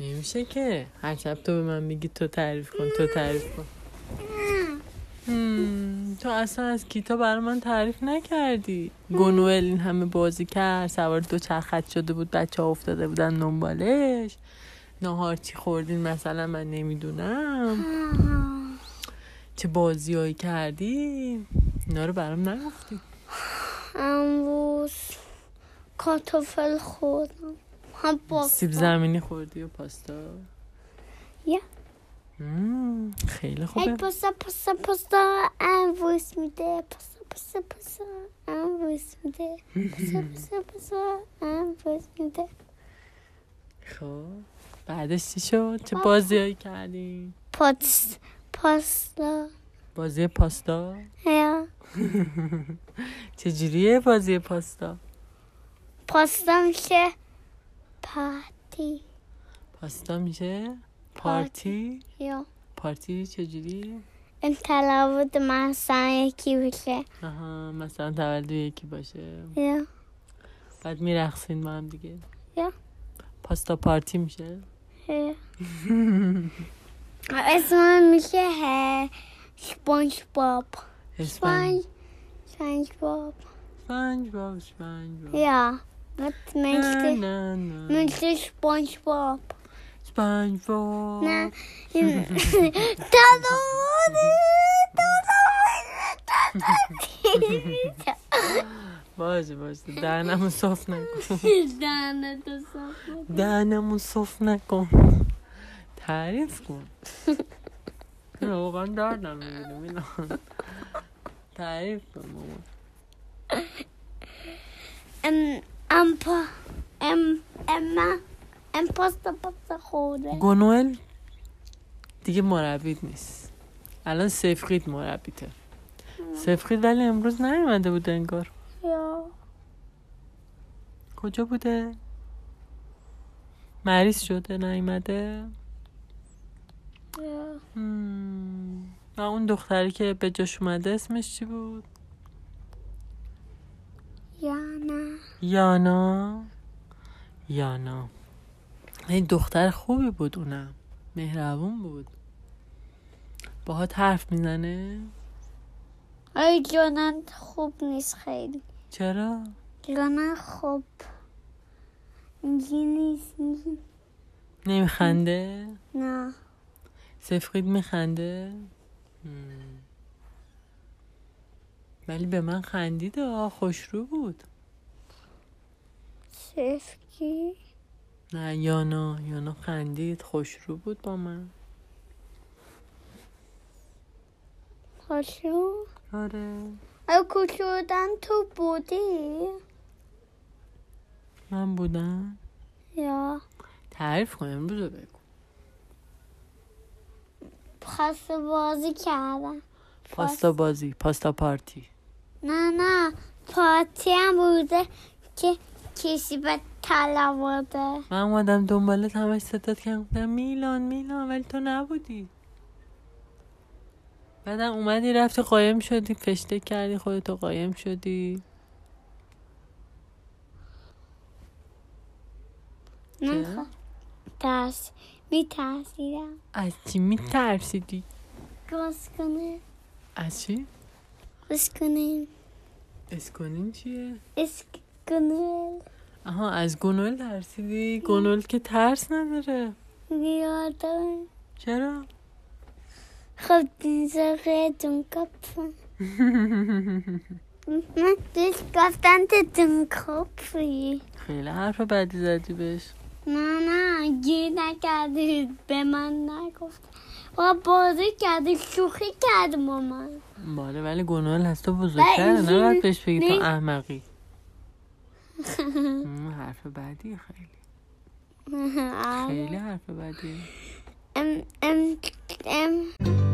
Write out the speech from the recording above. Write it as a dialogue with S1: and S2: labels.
S1: نمیشه که هر شب تو به من میگی تو تعریف کن تو تعریف کن هم، تو اصلا از کیتا برای من تعریف نکردی گنوئل این همه بازی کرد سوار دو چرخت شده بود بچه ها افتاده بودن دنبالش ناهار چی خوردین مثلا من نمیدونم چه بازیایی کردی اینا رو برام نگفتی
S2: امروز کارتوفل خوردم هم با
S1: سیب زمینی خوردی و پاستا
S2: یه.
S1: مم، خیلی
S2: ای
S1: خوبه
S2: پسا پسا پسا امروز میده پسا پسا پسا امروز میده پسا پسا پسا امروز میده
S1: خب بعدش چی شد چه
S2: خب.
S1: بازیایی کردی
S2: پاس پاستا
S1: بازی پاستا
S2: یا
S1: چجوریه بازی پاستا
S2: پاستا میشه پاتی
S1: پاستا میشه پارتی
S2: یا
S1: پارتی چجوری
S2: این تلاوت مثلا یکی بشه
S1: آها مثلا تولد یکی باشه
S2: یا
S1: بعد میرقصین ما هم دیگه
S2: یا.
S1: پاستا پارتی میشه
S2: یا. اسم من میشه ه- سپانج باب سپانج سپانج باب
S1: سپنج باب سپنج باب
S2: یا مت-
S1: نه،
S2: مثل
S1: نه، نه.
S2: مثل سپانج باب
S1: سپنج باب
S2: نه این- تلاوت تلاوت
S1: باشه باشه دهنمو صاف نکن
S2: دهنه تو صاف کن.
S1: دهنمو صاف نکن تعریف کن نه، واقعا دردم میگیره میلان تعریف کن مامان
S2: ام ام پا ام اما ام پاستا پاستا خورده
S1: گنوئل دیگه مربی نیست الان سفقید مربیته سفقید ولی امروز نیومده بود انگار
S2: یا
S1: کجا بوده مریض شده نیومده
S2: یا
S1: هم. و اون دختری که به جاش اومده اسمش چی بود
S2: یا نه
S1: یانا یانا این دختر خوبی بود اونم مهربون بود باهات حرف میزنه
S2: آی جانن خوب نیست خیلی
S1: چرا
S2: جانن خوب اینجی نیست اینجی
S1: نمیخنده
S2: نه
S1: سفقید میخنده مم. ولی به من خندید آه خوشرو بود
S2: سفکی
S1: نه یانا یانا خندید خوشرو بود با من
S2: خوشو
S1: آره
S2: آی کشودن تو بودی
S1: من بودم
S2: یا
S1: تعریف کن امروز رو بگو
S2: خسته بازی کردم
S1: پاستا بازی پاستا پارتی
S2: نه نه پارتی هم بوده که کسی به تل آورده
S1: من اومدم دنبالت همش صدات کردم گفتم میلان میلان ولی تو نبودی بعدم اومدی رفتی قایم شدی فشته کردی خودتو قایم شدی
S2: من
S1: چرا؟
S2: خ- ترس میترسیدم
S1: از چی میترسیدی
S2: گاز کنه
S1: از چی؟
S2: گاز کنه
S1: اسکنین چیه؟
S2: اسک کنه
S1: آها از گنول ترسیدی؟ گنول که ترس نداره
S2: بیادم
S1: چرا؟
S2: خب دیزا خیتون کپن من دوش گفتن تو دون کپی
S1: خیلی حرف بدی زدی بهش
S2: نه نه گیر نکردی به من نگفت و بازی کردی شوخی کرد با من
S1: باره ولی گنول هست تو بزرگتره
S2: نه،
S1: نباید بهش بگی تو
S2: نه.
S1: احمقی مم، حرف بدی خیلی خیلی حرف بدی
S2: ام ام ام